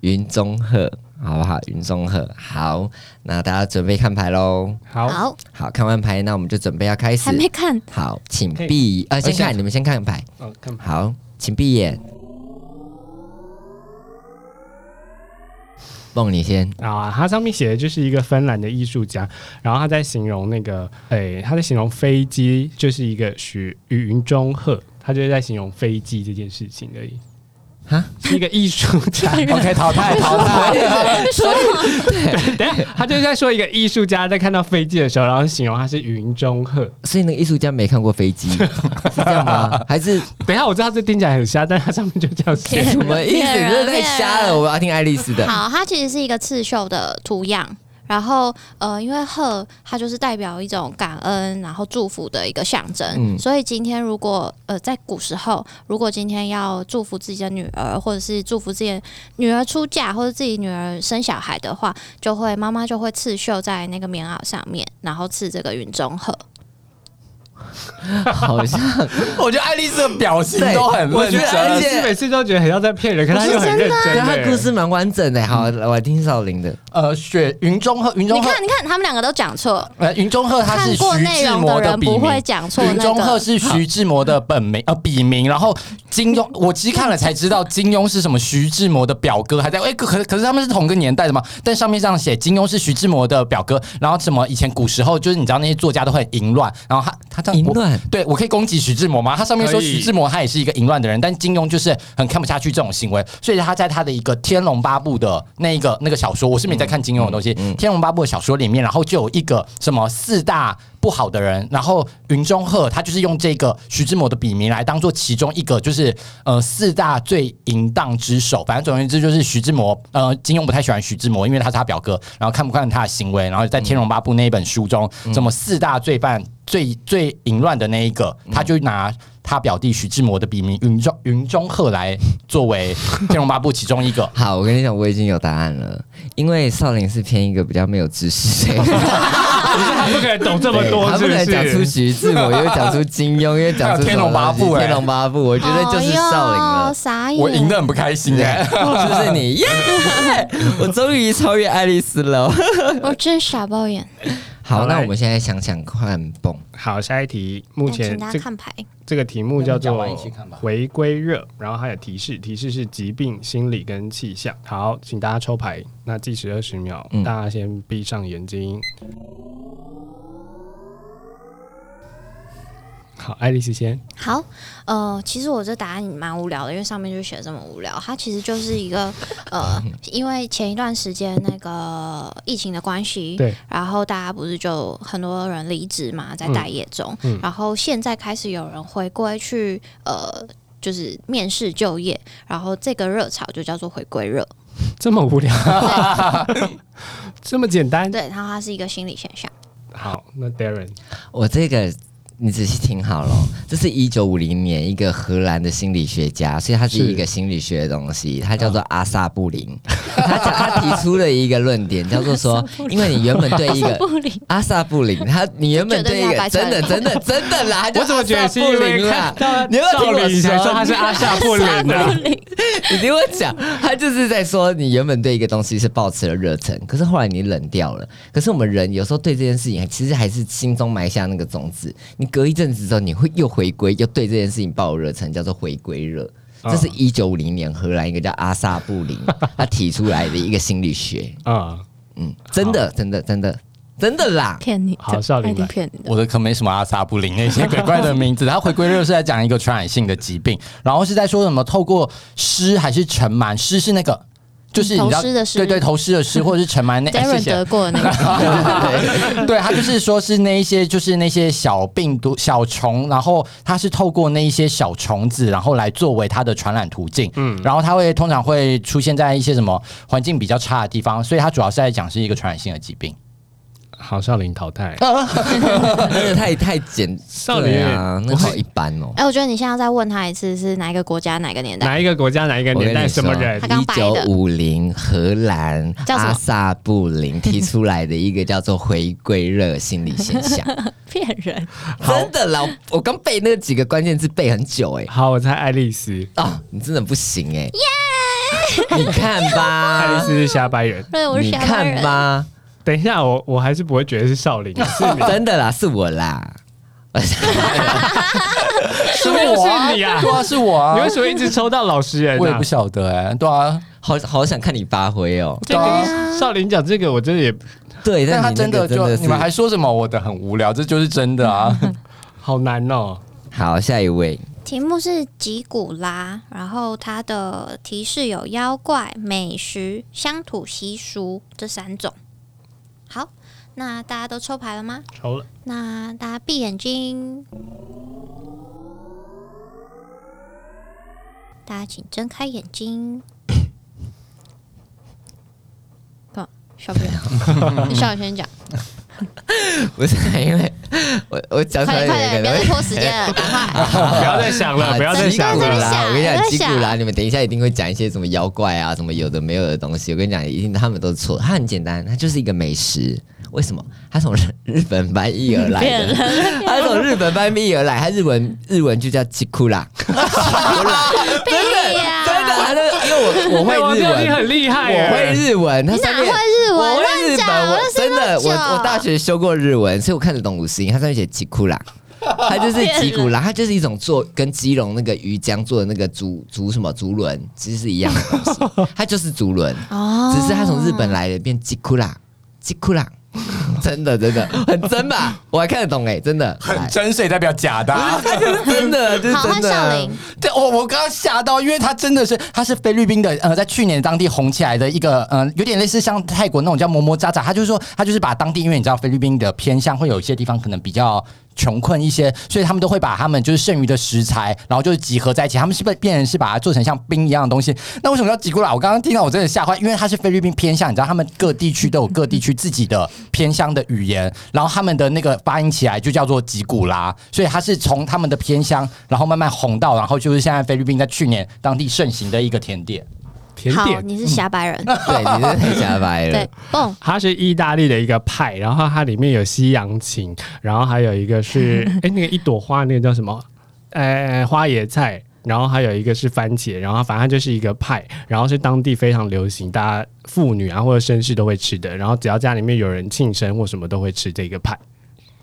Speaker 2: 云中鹤，好不好？云中鹤，好，那大家准备看牌喽。
Speaker 1: 好，
Speaker 4: 好，
Speaker 2: 好看完牌，那我们就准备要开始
Speaker 4: 还。没 看，
Speaker 2: 好，请
Speaker 1: 可以
Speaker 2: 闭呃，先
Speaker 1: 先
Speaker 2: 看你们先看牌。
Speaker 1: 哦看吧
Speaker 2: 好，请闭眼。梦，你先。
Speaker 1: 啊，它上面写的就是一个芬兰的艺术家，然后他在形容那个，诶、他在形容飞机就是一个许云中鹤，他就是在形容飞机这件事情而已。
Speaker 2: 哈，
Speaker 1: 是一个艺术 家，
Speaker 3: OK，淘汰淘汰。
Speaker 1: 等一下他就是在说一个艺术家在看到飞机的时候，然后形容他是云中鹤。
Speaker 2: 所以那个艺术家没看过飞 机，是这样吗？还是
Speaker 1: 等一下，我知道这听起来很瞎，但它上面就这样 写。
Speaker 2: 什么意思？你真的太瞎了！我要听爱丽丝的。
Speaker 4: 好，它其实是一个刺绣的图样。然后，呃，因为鹤它就是代表一种感恩，然后祝福的一个象征，
Speaker 2: 嗯
Speaker 4: 所以今天如果呃在古时候，如果今天要祝福自己的女儿，或者是祝福自己的女儿出嫁，或者自己女儿生小孩的话，就会妈妈就会刺绣在那个棉袄上面，然后刺这个云中鹤。
Speaker 2: 好像
Speaker 3: 我觉得爱丽丝的表情
Speaker 2: 对
Speaker 3: 都很
Speaker 2: 我
Speaker 3: 认
Speaker 2: 觉得而
Speaker 1: 而
Speaker 3: 真。
Speaker 2: 且
Speaker 1: 且每次都觉得很像在骗人，可是他
Speaker 2: 不是
Speaker 1: 又很认真欸
Speaker 2: 对
Speaker 1: 耶。
Speaker 2: 他故事蛮完整的。好，我来听少林的。
Speaker 3: 呃，雪云中鹤，云
Speaker 4: 你
Speaker 3: 中鹤，
Speaker 4: 看，你看，他们两个都讲错，
Speaker 3: 呃，云中鹤他是
Speaker 4: 看
Speaker 3: 徐
Speaker 4: 过内
Speaker 3: 志
Speaker 4: 容
Speaker 3: 摩
Speaker 4: 人
Speaker 3: 笔
Speaker 4: 不
Speaker 3: 名
Speaker 4: 会。讲错
Speaker 3: 云
Speaker 4: 那
Speaker 3: 中鹤
Speaker 4: 个。
Speaker 3: 是徐志摩的本名，呃，笔名。然后金 庸，我其实看了才知道金庸是什么，徐志摩的表哥，还在哎、可可可是他们是同个年代的嘛？但上面这样写，金庸是徐志摩的表哥。然后什么以前古时候，就是你知道那些作家都很淫乱，然后他他这样
Speaker 2: 淫
Speaker 3: 我
Speaker 2: 乱
Speaker 3: 对我可以攻击徐志摩吗？他上面说
Speaker 1: 可以
Speaker 3: 徐志摩他也是一个淫乱的人，但金庸就是很看不下去这种行为，所以他在他的一个《天龙八部》的那一个那个小说，我是没在看金庸的
Speaker 1: 嗯
Speaker 3: 东西，嗯天龙八部》的小说里面，然后就有一个什么四大。不好的人，然后云中鹤他就是用这个徐志摩的笔名来当做其中一个，就是呃四大最淫荡之首。反正总而言之，就是徐志摩。呃，金庸不太喜欢徐志摩，因为他是他表哥，然后看不惯他的行为，然后在《天龙八部》那一本书中，什么四大罪犯最最淫乱的那一个，他就拿他表弟徐志摩的笔名云中云中鹤来作 为《天龙八部》其中一
Speaker 4: 哎
Speaker 3: 个。
Speaker 2: 好，我跟你讲，我已经有答案了，因为少林是偏一个比较没有知识的人，
Speaker 1: 他不可能懂这么多，
Speaker 2: 他
Speaker 1: 是
Speaker 2: 不能
Speaker 1: 是？
Speaker 2: 讲出徐志摩，又讲出金庸，又讲出
Speaker 3: 还有天龙八部
Speaker 2: 什么
Speaker 3: 哎
Speaker 2: 天龙八部，我觉
Speaker 3: 哦
Speaker 2: 得就是少林
Speaker 4: 哎
Speaker 2: 了
Speaker 4: 呦，。傻眼！
Speaker 3: 我赢得很不开心哎、
Speaker 2: 对，就是你耶！ 我终于超越爱丽丝了。
Speaker 4: 我真傻爆眼。
Speaker 2: 好，
Speaker 1: 好
Speaker 2: 那
Speaker 1: 来
Speaker 2: 我们现在想想看蹦，
Speaker 1: 好，下一题，目
Speaker 4: 那请
Speaker 1: 前
Speaker 4: 大
Speaker 1: 这
Speaker 4: 家看牌，
Speaker 1: 这个题目叫
Speaker 3: 那你讲
Speaker 1: 做
Speaker 3: 完一起看吧
Speaker 1: “回归热”，然后还有提示，提示是疾病、心理跟气象。好，请大家抽牌，那计时二十秒，
Speaker 2: 嗯
Speaker 1: 大家先闭上眼睛。好，爱丽丝先。
Speaker 4: 好，呃，其实我这答案蛮无聊的，因为上面就写得这么无聊。它其实就是一个，呃，因为前一段时间那个疫情的关系，
Speaker 1: 对，
Speaker 4: 然后大家不是就很多人离职嘛，在待业中，
Speaker 1: 嗯
Speaker 4: 然后现在开始有人回归去，呃。就是面试就业，然后这个热潮就叫做回归热，
Speaker 1: 这么无聊， 这么简单。
Speaker 4: 对，然后它是一个心理现象。
Speaker 1: 好，那 Darren
Speaker 2: 我这个你仔细听好了，这是一九五零年一个荷兰的心理学家，所以他是
Speaker 1: 是
Speaker 2: 一个心理学的东西，他叫做阿萨布林，他讲他提出了一个论点，叫做说，因为你原本对一个。
Speaker 4: 不理，
Speaker 2: 阿萨布林，他你原本对一
Speaker 4: 我觉得你要
Speaker 2: 个
Speaker 4: 白出
Speaker 2: 真
Speaker 4: 来
Speaker 2: 的真的真的啦，他叫
Speaker 1: 我怎么觉得
Speaker 2: 阿萨
Speaker 1: 是
Speaker 2: 布
Speaker 1: 因为
Speaker 2: 林啦
Speaker 1: 看？到
Speaker 2: 啊你有没有听
Speaker 1: 赵
Speaker 2: 我
Speaker 1: 林才
Speaker 2: 说
Speaker 1: 说他是阿萨布林啊？
Speaker 2: 你听我讲，他就是在说你原本对一个东西是抱持了热忱，可是后来你冷掉了。可是我们人有时候对这件事情，其实还是心中埋下那个种子。你隔一阵子之后，你会又回归，又对这件事情抱有热忱，叫做回归热。这是一九五零年荷兰一个叫阿萨布林他提出来的一个心理学，
Speaker 1: 啊、
Speaker 2: 嗯，真的，真的，真的，真的 啦。
Speaker 4: 骗你的，
Speaker 1: 好少林
Speaker 4: 一定
Speaker 1: 来
Speaker 4: 骗你的。
Speaker 3: 我的可没什么阿萨布林那些鬼怪的名字。他回归热是在讲一个传染性的疾病，然后是在说什么透过湿还是尘螨，湿是那个就是你知道
Speaker 4: 头虱的虱
Speaker 3: 对对，头虱的虱，或者是尘螨那、哎谢
Speaker 4: Darren
Speaker 3: 谢
Speaker 4: 得。过 的那个，
Speaker 3: 对，它就是说是那一些就是那些小病毒、小虫，然后它是透过那一些小虫子，然后来作为它的传染途径。嗯，然后它会通常会出现在一些什么环境比较差的地方，所以它主要是在讲是一个传染性的疾病。
Speaker 1: 郝少林淘汰，
Speaker 2: 那个太太简，
Speaker 1: 少林
Speaker 2: 对啊，那个好一般哦。
Speaker 4: 哎，我觉得你现在再问他一次是哪一个国家哪个年代？
Speaker 1: 哪一个国家哪一个年代什么人
Speaker 4: 他？刚
Speaker 2: 一
Speaker 4: 掰
Speaker 2: 九
Speaker 4: 的
Speaker 2: 五零荷兰
Speaker 4: 叫什么
Speaker 2: 阿萨布 林提出来的一个叫做回归热心理现 象，
Speaker 4: 骗人，
Speaker 2: 真的啦，我我刚背那几个关键字背很久哎、
Speaker 1: 好，我猜爱丽丝，
Speaker 2: 啊，你真的不行哎、你看
Speaker 1: 爱丽
Speaker 2: 吧
Speaker 1: 丝，是瞎掰人。
Speaker 4: 对， 我是
Speaker 2: 你
Speaker 4: 台湾人
Speaker 2: 看。吧，
Speaker 1: 等一下，我我还是不会觉得是少 林，是你，
Speaker 2: 真的啦，是我啦，
Speaker 3: 是
Speaker 1: 么又是
Speaker 3: 我啊
Speaker 1: 你啊
Speaker 3: 对啊，是我啊
Speaker 1: 你，为什么一直抽到老实人
Speaker 3: 我也
Speaker 1: 啊
Speaker 3: 不？晓得哎、对啊，
Speaker 2: 好好想看你发挥哦。
Speaker 1: 这个少林讲这个，我真的也
Speaker 2: 对，
Speaker 3: 但他
Speaker 2: 你那
Speaker 3: 真的
Speaker 2: 个
Speaker 3: 就
Speaker 2: 真的是
Speaker 3: 你们还说什么我的很无聊，这就是真 的啊。
Speaker 1: 好难哦。
Speaker 2: 好，下一位，
Speaker 4: 题目是吉古拉，然后它的提示有妖怪、美食、乡土习俗这三种。好，那大家都抽牌了吗？
Speaker 1: 抽了，
Speaker 4: 那大家闭眼睛，大家请睁开眼睛。 干嘛笑不了？ 你笑你先讲，
Speaker 2: 不是因为我我讲出
Speaker 4: 快
Speaker 2: 来
Speaker 4: 点快
Speaker 2: 有
Speaker 4: 点，
Speaker 2: 一个
Speaker 4: 不要再拖时间 了，赶快！
Speaker 1: 不要再想
Speaker 2: 啊
Speaker 1: 了，不要再
Speaker 2: 吉
Speaker 1: 想
Speaker 2: 古
Speaker 1: 了。
Speaker 2: 拉，我跟你
Speaker 4: 不要
Speaker 2: 讲，
Speaker 4: 再
Speaker 2: 吉
Speaker 4: 想
Speaker 2: 古拉，你们等一下一定会讲一些什么妖怪啊，什么有的没有的东西。我跟你讲，一定他们都错。它很简单，它就是一个美食。为什么？它从日日本翻译而 来
Speaker 4: 骗
Speaker 2: 的，它从日本翻译而来，它日文日文就叫吉古 拉，
Speaker 4: 屁呀！
Speaker 2: 真的，它的因为我我会
Speaker 1: 哎王
Speaker 2: 日
Speaker 1: 彪你
Speaker 2: 文，
Speaker 1: 很厉害耶，
Speaker 2: 我会日文，它
Speaker 4: 你哪
Speaker 2: 上
Speaker 4: 会
Speaker 2: 面。
Speaker 4: 日
Speaker 2: 我
Speaker 4: 文？啊
Speaker 2: 会日本，
Speaker 4: 乱讲，
Speaker 2: 我
Speaker 4: 认识
Speaker 2: 真的，
Speaker 4: 那么久
Speaker 2: 我我大学修过日文，所以我看得懂五十音。它上面写吉库拉，它就是吉库 拉，它就是一种做跟基隆那个鱼浆做的那个竹竹什么竹轮，其实是一样的东西。它就是竹轮，
Speaker 4: 哦
Speaker 2: 只是它从日本来的，变吉库拉，吉库拉， 真的真的很真吧？我还看得懂哎、真的，
Speaker 3: 很真，所以代表假的、啊。
Speaker 2: 真的就是
Speaker 4: 好，
Speaker 2: 真
Speaker 4: 换少
Speaker 2: 的啊
Speaker 4: 林。。
Speaker 3: 对，我我刚刚吓到，因为他真的是，他是菲律宾的，呃，在去年当地红起来的一个，呃，有点类似像泰国那种叫摩摩喳喳，他就是说，他就是把当地，因为你知道菲律宾的偏向会有一些地方可能比较穷困一些，所以他们都会把他们就是剩余的食材，然后就是集合在一起，他们是被变成是把它做成像冰一样的东西。那为什么叫吉古拉？我刚刚听到我真的吓坏，因为它是菲律宾偏向，你知道他们各地区都有各地区自己的偏乡的语言，然后他们的那个发音起来就叫做吉古拉，所以它是从他们的偏乡，然后慢慢红到，然后就是现在菲律宾在去年当地盛行的一个甜点。
Speaker 1: 甜
Speaker 4: 好，
Speaker 1: 点。
Speaker 4: 你是瞎白人，
Speaker 2: 对，你真的太瞎掰了
Speaker 4: 对。，蹦
Speaker 1: 它是意大利的一个派，然后它里面有西洋芹，然后还有一个 是哎那个一朵花那个叫什么？呃，花椰菜，然后还有一个是番茄，然后反正它就是一个派，然后是当地非常流行，大家妇女啊或者绅士都会吃的，然后只要家里面有人庆生或什么都会吃这个派。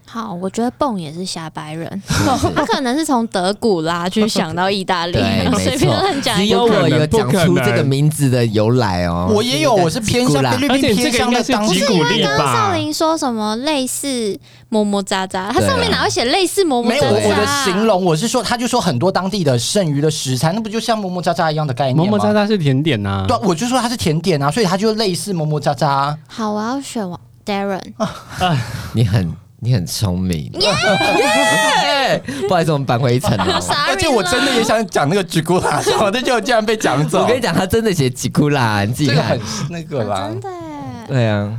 Speaker 4: 好，我觉得蹦也是瞎白人， 他可能是从德古拉去想到意大利，
Speaker 2: 对，没
Speaker 4: 随便
Speaker 2: 错
Speaker 4: 乱，讲
Speaker 2: 只
Speaker 4: 一个。
Speaker 2: 有我有讲
Speaker 1: 不可能
Speaker 2: 出
Speaker 1: 不可能
Speaker 2: 这个名字的由来
Speaker 1: 嗯
Speaker 2: 哦。
Speaker 3: 我也有，我是偏向菲律
Speaker 1: 而且
Speaker 3: 宾
Speaker 1: 这个应
Speaker 3: 偏向
Speaker 1: 该
Speaker 3: 的
Speaker 1: 是
Speaker 3: 当
Speaker 1: 吉
Speaker 3: 地。
Speaker 1: 古力
Speaker 4: 刚刚少
Speaker 1: 吧？
Speaker 4: 林说什么类似么么喳喳，它上面哪会写类似么么
Speaker 3: 啊没
Speaker 4: 喳啊
Speaker 3: 有，
Speaker 4: 喳？
Speaker 3: 我我的形容我是说，他就说很多当地的剩余的食材，那不就像么么喳喳一样的概念吗？
Speaker 1: 么么喳喳是甜点呐、
Speaker 3: 对啊，我就说它是甜点啊，所以它就类似么么喳喳。
Speaker 4: 好，我要选我 Darren，
Speaker 2: 你很你很聪明，不好意思，我们扳回一城哦了。
Speaker 4: Sorry
Speaker 3: 而且我真的也
Speaker 4: 啦
Speaker 3: 想讲那个吉古拉，我的就竟然被讲走。
Speaker 2: 我跟你讲，他真的写吉库拉，你自己
Speaker 3: 这个
Speaker 2: 看
Speaker 3: 很。那个啦
Speaker 4: 啊真。的耶。
Speaker 2: 对啊，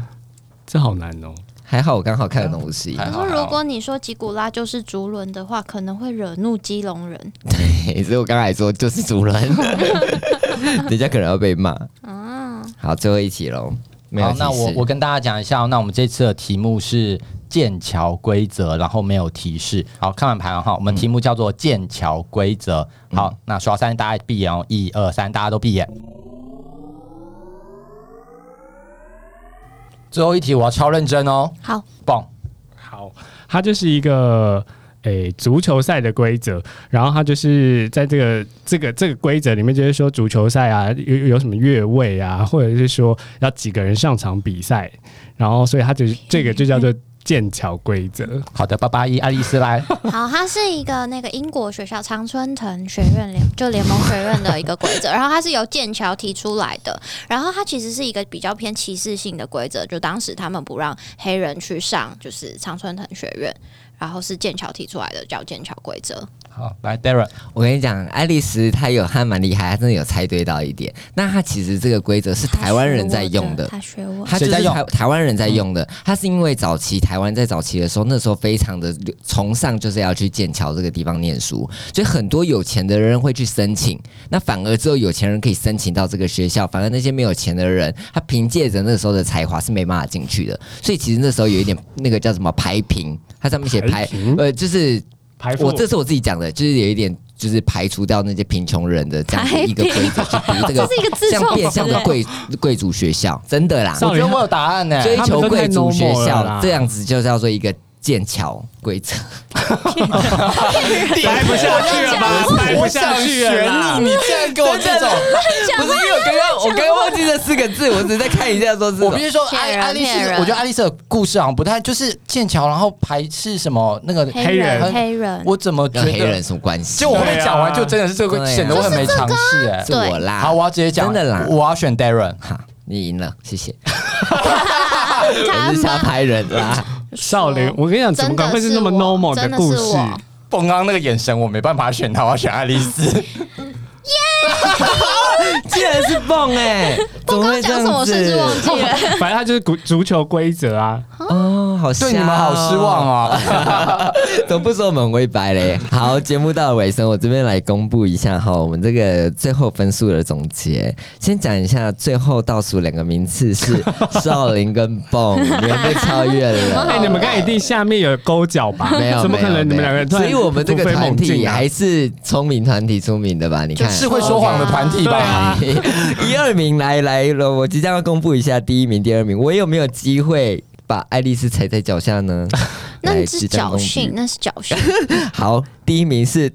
Speaker 1: 这好难哦。
Speaker 2: 还好我刚好看得懂五十一，
Speaker 3: 还
Speaker 4: 可
Speaker 3: 好
Speaker 4: 是如果你说吉古拉就是竹轮的话，可能会惹怒基隆人
Speaker 2: 对，所以我刚才说就是主 人，等一下可能要被骂。
Speaker 4: 啊。
Speaker 2: 好，最后一题喽，没有
Speaker 3: 好
Speaker 2: 提，示。
Speaker 3: 那我我跟大家讲一下哦，那我们这次的题目是剑桥规则，然后没有提示。好，看完牌了哈，我们题目叫做剑桥规则。好，那数到三，大家闭眼哦，一二三，大家都闭眼。最后一题我要超认真哦，
Speaker 4: 好，
Speaker 3: 棒！
Speaker 1: 好，它就是一个诶、足球赛的规则，然后它就是在这个这个这个规则里面，就是说足球赛啊，有有什么越位啊，或者是说要几个人上场比赛，然后所以它就是这个就叫做剑桥规则。
Speaker 3: 好的，八八一爱丽丝 来，
Speaker 4: 好，它是一个那个英国学校常春藤学院联就联盟学院的一个规则，然后它是由剑桥提出来的，然后它其实是一个比较偏歧视性的规则，就当时他们不让黑人去上就是常春藤学院，然后是剑桥提出来的叫剑桥规则。
Speaker 3: 好来 Darren，
Speaker 2: 我跟你讲，爱丽丝她有她蛮厉害，她真的有猜对到一点。那她其实这个规则是台湾人在用的，
Speaker 4: 他学我的，
Speaker 2: 它就
Speaker 3: 谁
Speaker 2: 是
Speaker 3: 在用
Speaker 2: 台台湾人在用的，它是因为早期台湾在早期的时候，那时候非常的崇尚就是要去剑桥这个地方念书，所以很多有钱的人会去申请，那反而只有有钱人可以申请到这个学校，反而那些没有钱的人，他凭借着那时候的才华是没办法进去的，所以其实那时候有一点那个叫什么排评，它上面写
Speaker 1: 排
Speaker 2: 排
Speaker 1: 评
Speaker 2: 呃就是
Speaker 1: 排
Speaker 2: 我这是我自己讲的，就是有一点。就是排除掉那些贫穷人的这样的一个规则，去读这个
Speaker 4: 这是一个自
Speaker 2: 像
Speaker 4: 创
Speaker 2: 变相的
Speaker 4: 对不
Speaker 2: 贵贵族学校，真的啦。
Speaker 1: 少
Speaker 3: 我
Speaker 1: 女
Speaker 3: 觉得我有答案呢、
Speaker 2: 追求贵族学
Speaker 1: 他们都太 normal 了
Speaker 2: 校
Speaker 1: 啦
Speaker 2: 这样子就叫做一个剑桥规则。
Speaker 1: 待不下去了吧？待不下去了啦。
Speaker 2: 你竟然给我这种， 不是因为我刚 刚我刚刚忘记这四个字，我只是在看一下说是什
Speaker 3: 我
Speaker 2: 么
Speaker 3: 必。须说，
Speaker 4: 骗
Speaker 3: 爱
Speaker 4: 人
Speaker 3: 爱丽丝
Speaker 4: 骗，人
Speaker 3: 我觉得爱丽丝的故事好像不太，就是剑桥，然后排斥什么那个
Speaker 1: 黑人
Speaker 4: 人，黑人，
Speaker 3: 我怎么觉
Speaker 2: 跟黑
Speaker 3: 得
Speaker 2: 人？什么关系？
Speaker 3: 就我会
Speaker 1: 对啊
Speaker 3: 讲完，就真的是这个
Speaker 2: 对啊
Speaker 3: 显得我很没尝试哎
Speaker 2: 是。我啦。
Speaker 3: 好，我要直接讲
Speaker 2: 真的啦
Speaker 3: 我要选 Darren。
Speaker 2: 好，你赢了，谢谢。
Speaker 4: 他
Speaker 2: 我是瞎
Speaker 4: 们
Speaker 2: 拍人啦，
Speaker 1: 少林，我跟你讲，怎么可能会是那么
Speaker 4: 真的是我
Speaker 1: normal 的故
Speaker 4: 真的
Speaker 1: 事
Speaker 4: 是？我
Speaker 3: 蹦刚那个眼神，我没办法选他，我要选爱丽丝。
Speaker 2: 竟然是蹦 哎，怎么
Speaker 4: 刚
Speaker 2: 会
Speaker 4: 刚
Speaker 2: 这
Speaker 4: 讲什么
Speaker 2: 样
Speaker 4: 我甚至忘
Speaker 2: 子？
Speaker 4: 记 了。
Speaker 1: 反正它就是足足球规则啊。
Speaker 2: 哦，好，
Speaker 3: 对你们好失望
Speaker 2: 哦。
Speaker 3: 哦。
Speaker 2: 都不说我们很会 掰嘞。好，节目到了尾声，我这边来公布一下哈，我们这个最后分数的总结。先讲一下，最后倒数两个名次是少林跟蹦，你们被超越了。
Speaker 1: 哎，你们刚才一定下面有勾脚吧？
Speaker 2: 没有，
Speaker 1: 怎么可
Speaker 2: 没有
Speaker 1: 能你们两个人突
Speaker 2: 没有
Speaker 1: 然
Speaker 2: 所以我们这个
Speaker 1: 突飞
Speaker 2: 团
Speaker 1: 猛
Speaker 2: 体
Speaker 1: 进啊
Speaker 2: 还是聪明团体出名的吧？你看，
Speaker 3: 是会说谎的团体
Speaker 1: 对
Speaker 3: 吧？
Speaker 1: 啊
Speaker 2: 一二名来来了，我即将要公布一下第一名、第二名，我有没有机会把爱丽丝踩在脚下呢？
Speaker 4: 那
Speaker 2: 来
Speaker 4: 是
Speaker 2: 即将
Speaker 4: 侥
Speaker 2: 公布
Speaker 4: 幸，那是侥幸。
Speaker 2: 好，第一名是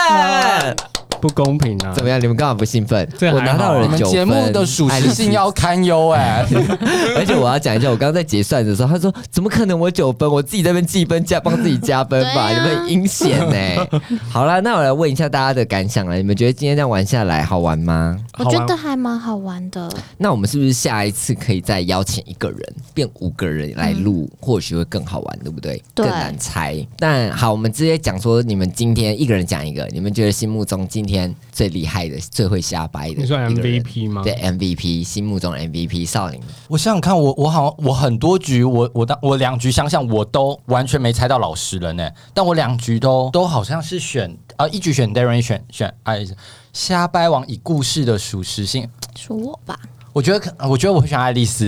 Speaker 2: Darren，
Speaker 1: 不公平啊
Speaker 2: 怎！么样？你们干嘛不兴奋？
Speaker 1: 这
Speaker 2: 我
Speaker 1: 还
Speaker 2: 拿
Speaker 1: 好
Speaker 2: 到
Speaker 1: 啊
Speaker 2: 了
Speaker 3: 你们
Speaker 2: 九分。
Speaker 3: 节目的属
Speaker 2: 爱
Speaker 3: 实
Speaker 2: 丽
Speaker 3: 性
Speaker 2: 丝，
Speaker 3: 要堪忧哎、
Speaker 2: 而且我要讲一下，我刚刚在结算的时候，他说怎么可能我九分？我自己在那边计分加帮自己加分吧，
Speaker 4: 对
Speaker 2: 你
Speaker 4: 啊
Speaker 2: 们很阴险 呢。好啦，那我来问一下大家的感想了，你们觉得今天这样玩下来好玩吗？
Speaker 4: 我
Speaker 1: 好玩
Speaker 4: 觉得还蛮好玩的，
Speaker 2: 那我们是不是下一次可以再邀请一个人，变五个人来录，或许会更好玩，对不对？
Speaker 4: 对
Speaker 2: 更难猜。但好，我们直接讲说，你们今天一个人讲一个，你们觉得心目中今天最厉害的、最会瞎掰的
Speaker 1: 你
Speaker 2: 一
Speaker 1: 说
Speaker 2: 个人，
Speaker 1: MVP 吗？
Speaker 2: 对 MVP，心目中的 MVP 少林，
Speaker 3: 我想想看，我我好像我很多局，我我当我两局相像，我都完全没猜到老实人呢、但我两局都都好像是选啊，一局选 Darren，一选选爱丽丝。瞎掰王以故事的属实性，
Speaker 4: 是我吧？
Speaker 3: 我觉得可我觉得我会选爱 丽丝，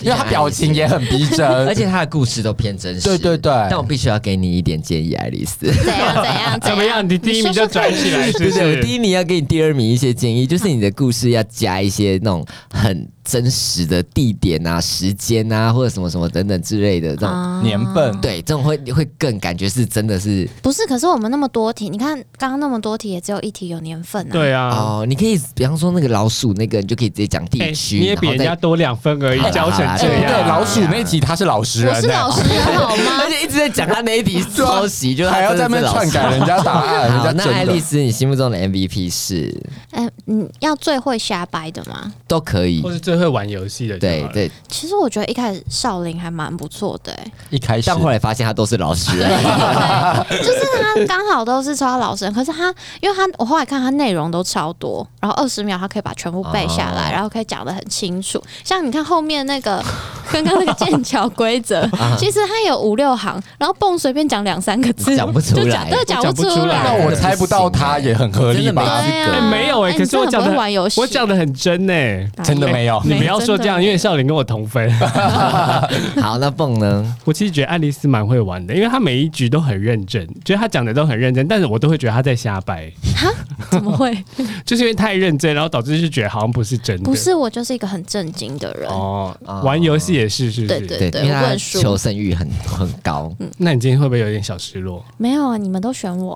Speaker 3: 因为她表情也很逼真，
Speaker 2: 而且他的故事都偏真实。
Speaker 3: 呃对对对
Speaker 2: 但我必须要给你一点建议，啊爱丽 丝。
Speaker 4: 怎样怎样
Speaker 1: 怎么样？你第一名就转起来，是不
Speaker 2: 对对，我第
Speaker 1: 是？
Speaker 2: 一名要给你第二名一些 建议，就是你的故事要加一些那种很真实的地点啊、时间啊，或者什么什么等等之类的这种。
Speaker 4: 啊
Speaker 3: 年份
Speaker 2: 对，这种会会更感觉是真的是
Speaker 4: 不是，可是我们那么多题，你看刚刚那么多题，也只有一题有年份啊。，
Speaker 1: 对啊，
Speaker 2: 哦，你可以比方说那个老鼠那个，你就可以直接讲
Speaker 1: 哎
Speaker 2: 地区，
Speaker 1: 你也比
Speaker 2: 然后
Speaker 1: 人家
Speaker 2: 再
Speaker 1: 多两分而已
Speaker 2: 好啦，
Speaker 1: 教成
Speaker 2: 好啦
Speaker 1: 这
Speaker 3: 对
Speaker 1: 样。啊
Speaker 3: 对，老鼠那集他是老实人、
Speaker 4: 我
Speaker 3: 欸，
Speaker 4: 是老实人 好吗
Speaker 2: 而？且一直在讲他那一题抄袭，就是
Speaker 3: 还要在
Speaker 2: 在
Speaker 3: 那边篡改人家答 案，
Speaker 2: 好，
Speaker 3: 人家
Speaker 2: 那爱
Speaker 3: 真的
Speaker 2: 丽。丝，你心目中的 MVP 是
Speaker 4: 哎，你要最会瞎掰的吗？
Speaker 2: 都可以
Speaker 1: 或，是啊最会玩游戏的，
Speaker 2: 对。对，
Speaker 4: 其实我觉得一开始少林还蛮不错的、欸，
Speaker 3: 一开始
Speaker 2: 但后来发现他都是老啊实人。
Speaker 4: 就是他刚好都是抽到老神，可是他因为他我后来看他内容都超多，然后二十秒他可以把全部背下来，
Speaker 2: 哦
Speaker 4: 然后可以讲得很清楚。像你看后面那个刚刚那个剑桥规则，其实他有五六行，然后蹦随便讲两三个字，
Speaker 2: 讲不出来
Speaker 4: 就讲对讲
Speaker 1: 讲
Speaker 4: 不
Speaker 1: 不
Speaker 4: 出
Speaker 1: 出来
Speaker 3: 那
Speaker 4: 来。
Speaker 3: 我猜不到他也很合理
Speaker 2: 真的没
Speaker 3: 吧？
Speaker 4: 对
Speaker 2: 哎
Speaker 1: 哎，
Speaker 4: 啊，
Speaker 1: 没有哎，
Speaker 4: 哎
Speaker 1: 可是我
Speaker 4: 你真的
Speaker 1: 讲
Speaker 4: 很
Speaker 1: 的
Speaker 4: 不会玩游戏，
Speaker 1: 我讲的很真呢。
Speaker 3: 真的
Speaker 4: 哎
Speaker 3: 没有
Speaker 1: 你不要说这样，
Speaker 4: 没
Speaker 1: 因为少林跟我同 分。
Speaker 2: 好，那蹦呢？
Speaker 1: 我其实觉得爱丽丝蛮会玩的，因为她每一局都很认真，觉得她讲的都很认真，但是我都会觉得她在瞎掰，
Speaker 4: 怎么会？
Speaker 1: 就是因为太认真，然后导致就觉得好像不是真的。
Speaker 4: 不是我就是一个很震惊的人。
Speaker 1: 哦
Speaker 2: 哦，
Speaker 1: 玩游戏也是，是不
Speaker 4: 对
Speaker 1: 是？
Speaker 4: 对
Speaker 2: 因为
Speaker 4: 我不
Speaker 2: 他
Speaker 4: 能输
Speaker 2: 求生欲很很高。
Speaker 1: 嗯那你今天会不会有点小失落？
Speaker 4: 没有啊，你们都选我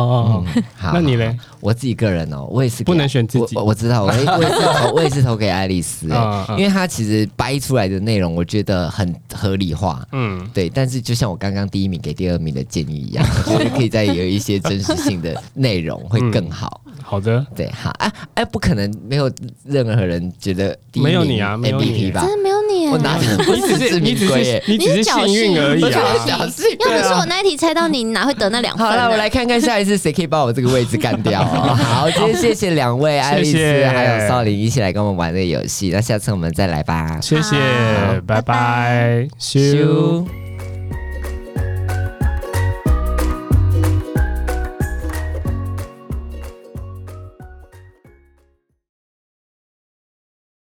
Speaker 1: 哦哦，哦
Speaker 2: 嗯好，
Speaker 1: 那你嘞？
Speaker 2: 我自己个人哦，我也是给
Speaker 1: 不能选自己
Speaker 2: 我我我知道，我也我也是 投，我也是投给爱丽丝、欸
Speaker 1: 嗯嗯
Speaker 2: 因为她其实掰出来的内容，我觉得很合理化。
Speaker 1: 嗯，
Speaker 2: 对，但是就像我刚刚第一名给第二名的建议一样， 就是可以再有一些真实性的内容会更好。
Speaker 1: 好的，
Speaker 2: 对，好，哎、啊、哎、不可能没有任何人觉得第一名
Speaker 1: 没有你啊没有你
Speaker 2: MVP 吧
Speaker 4: 真？的没有你耶。
Speaker 2: 我哪 里
Speaker 1: 你只是你只
Speaker 2: 名贵耶
Speaker 1: 是你只是幸运而已
Speaker 4: 你是
Speaker 1: 啊
Speaker 4: 侥！ 幸
Speaker 2: 小气
Speaker 4: 要不是我那一题猜到你，你哪会得那两分
Speaker 2: 好
Speaker 4: 呢？
Speaker 2: 了，我来 看看下一次谁可以把我这个位置干掉、哦。 好，今天谢谢两位爱丽
Speaker 1: 谢
Speaker 2: 丝
Speaker 1: 谢
Speaker 2: 还有少林一起来跟我们玩这个游戏，那下次我们再来吧。
Speaker 1: 谢谢
Speaker 4: 好，
Speaker 1: 拜拜，
Speaker 4: 拜拜
Speaker 1: 咻。
Speaker 2: 咻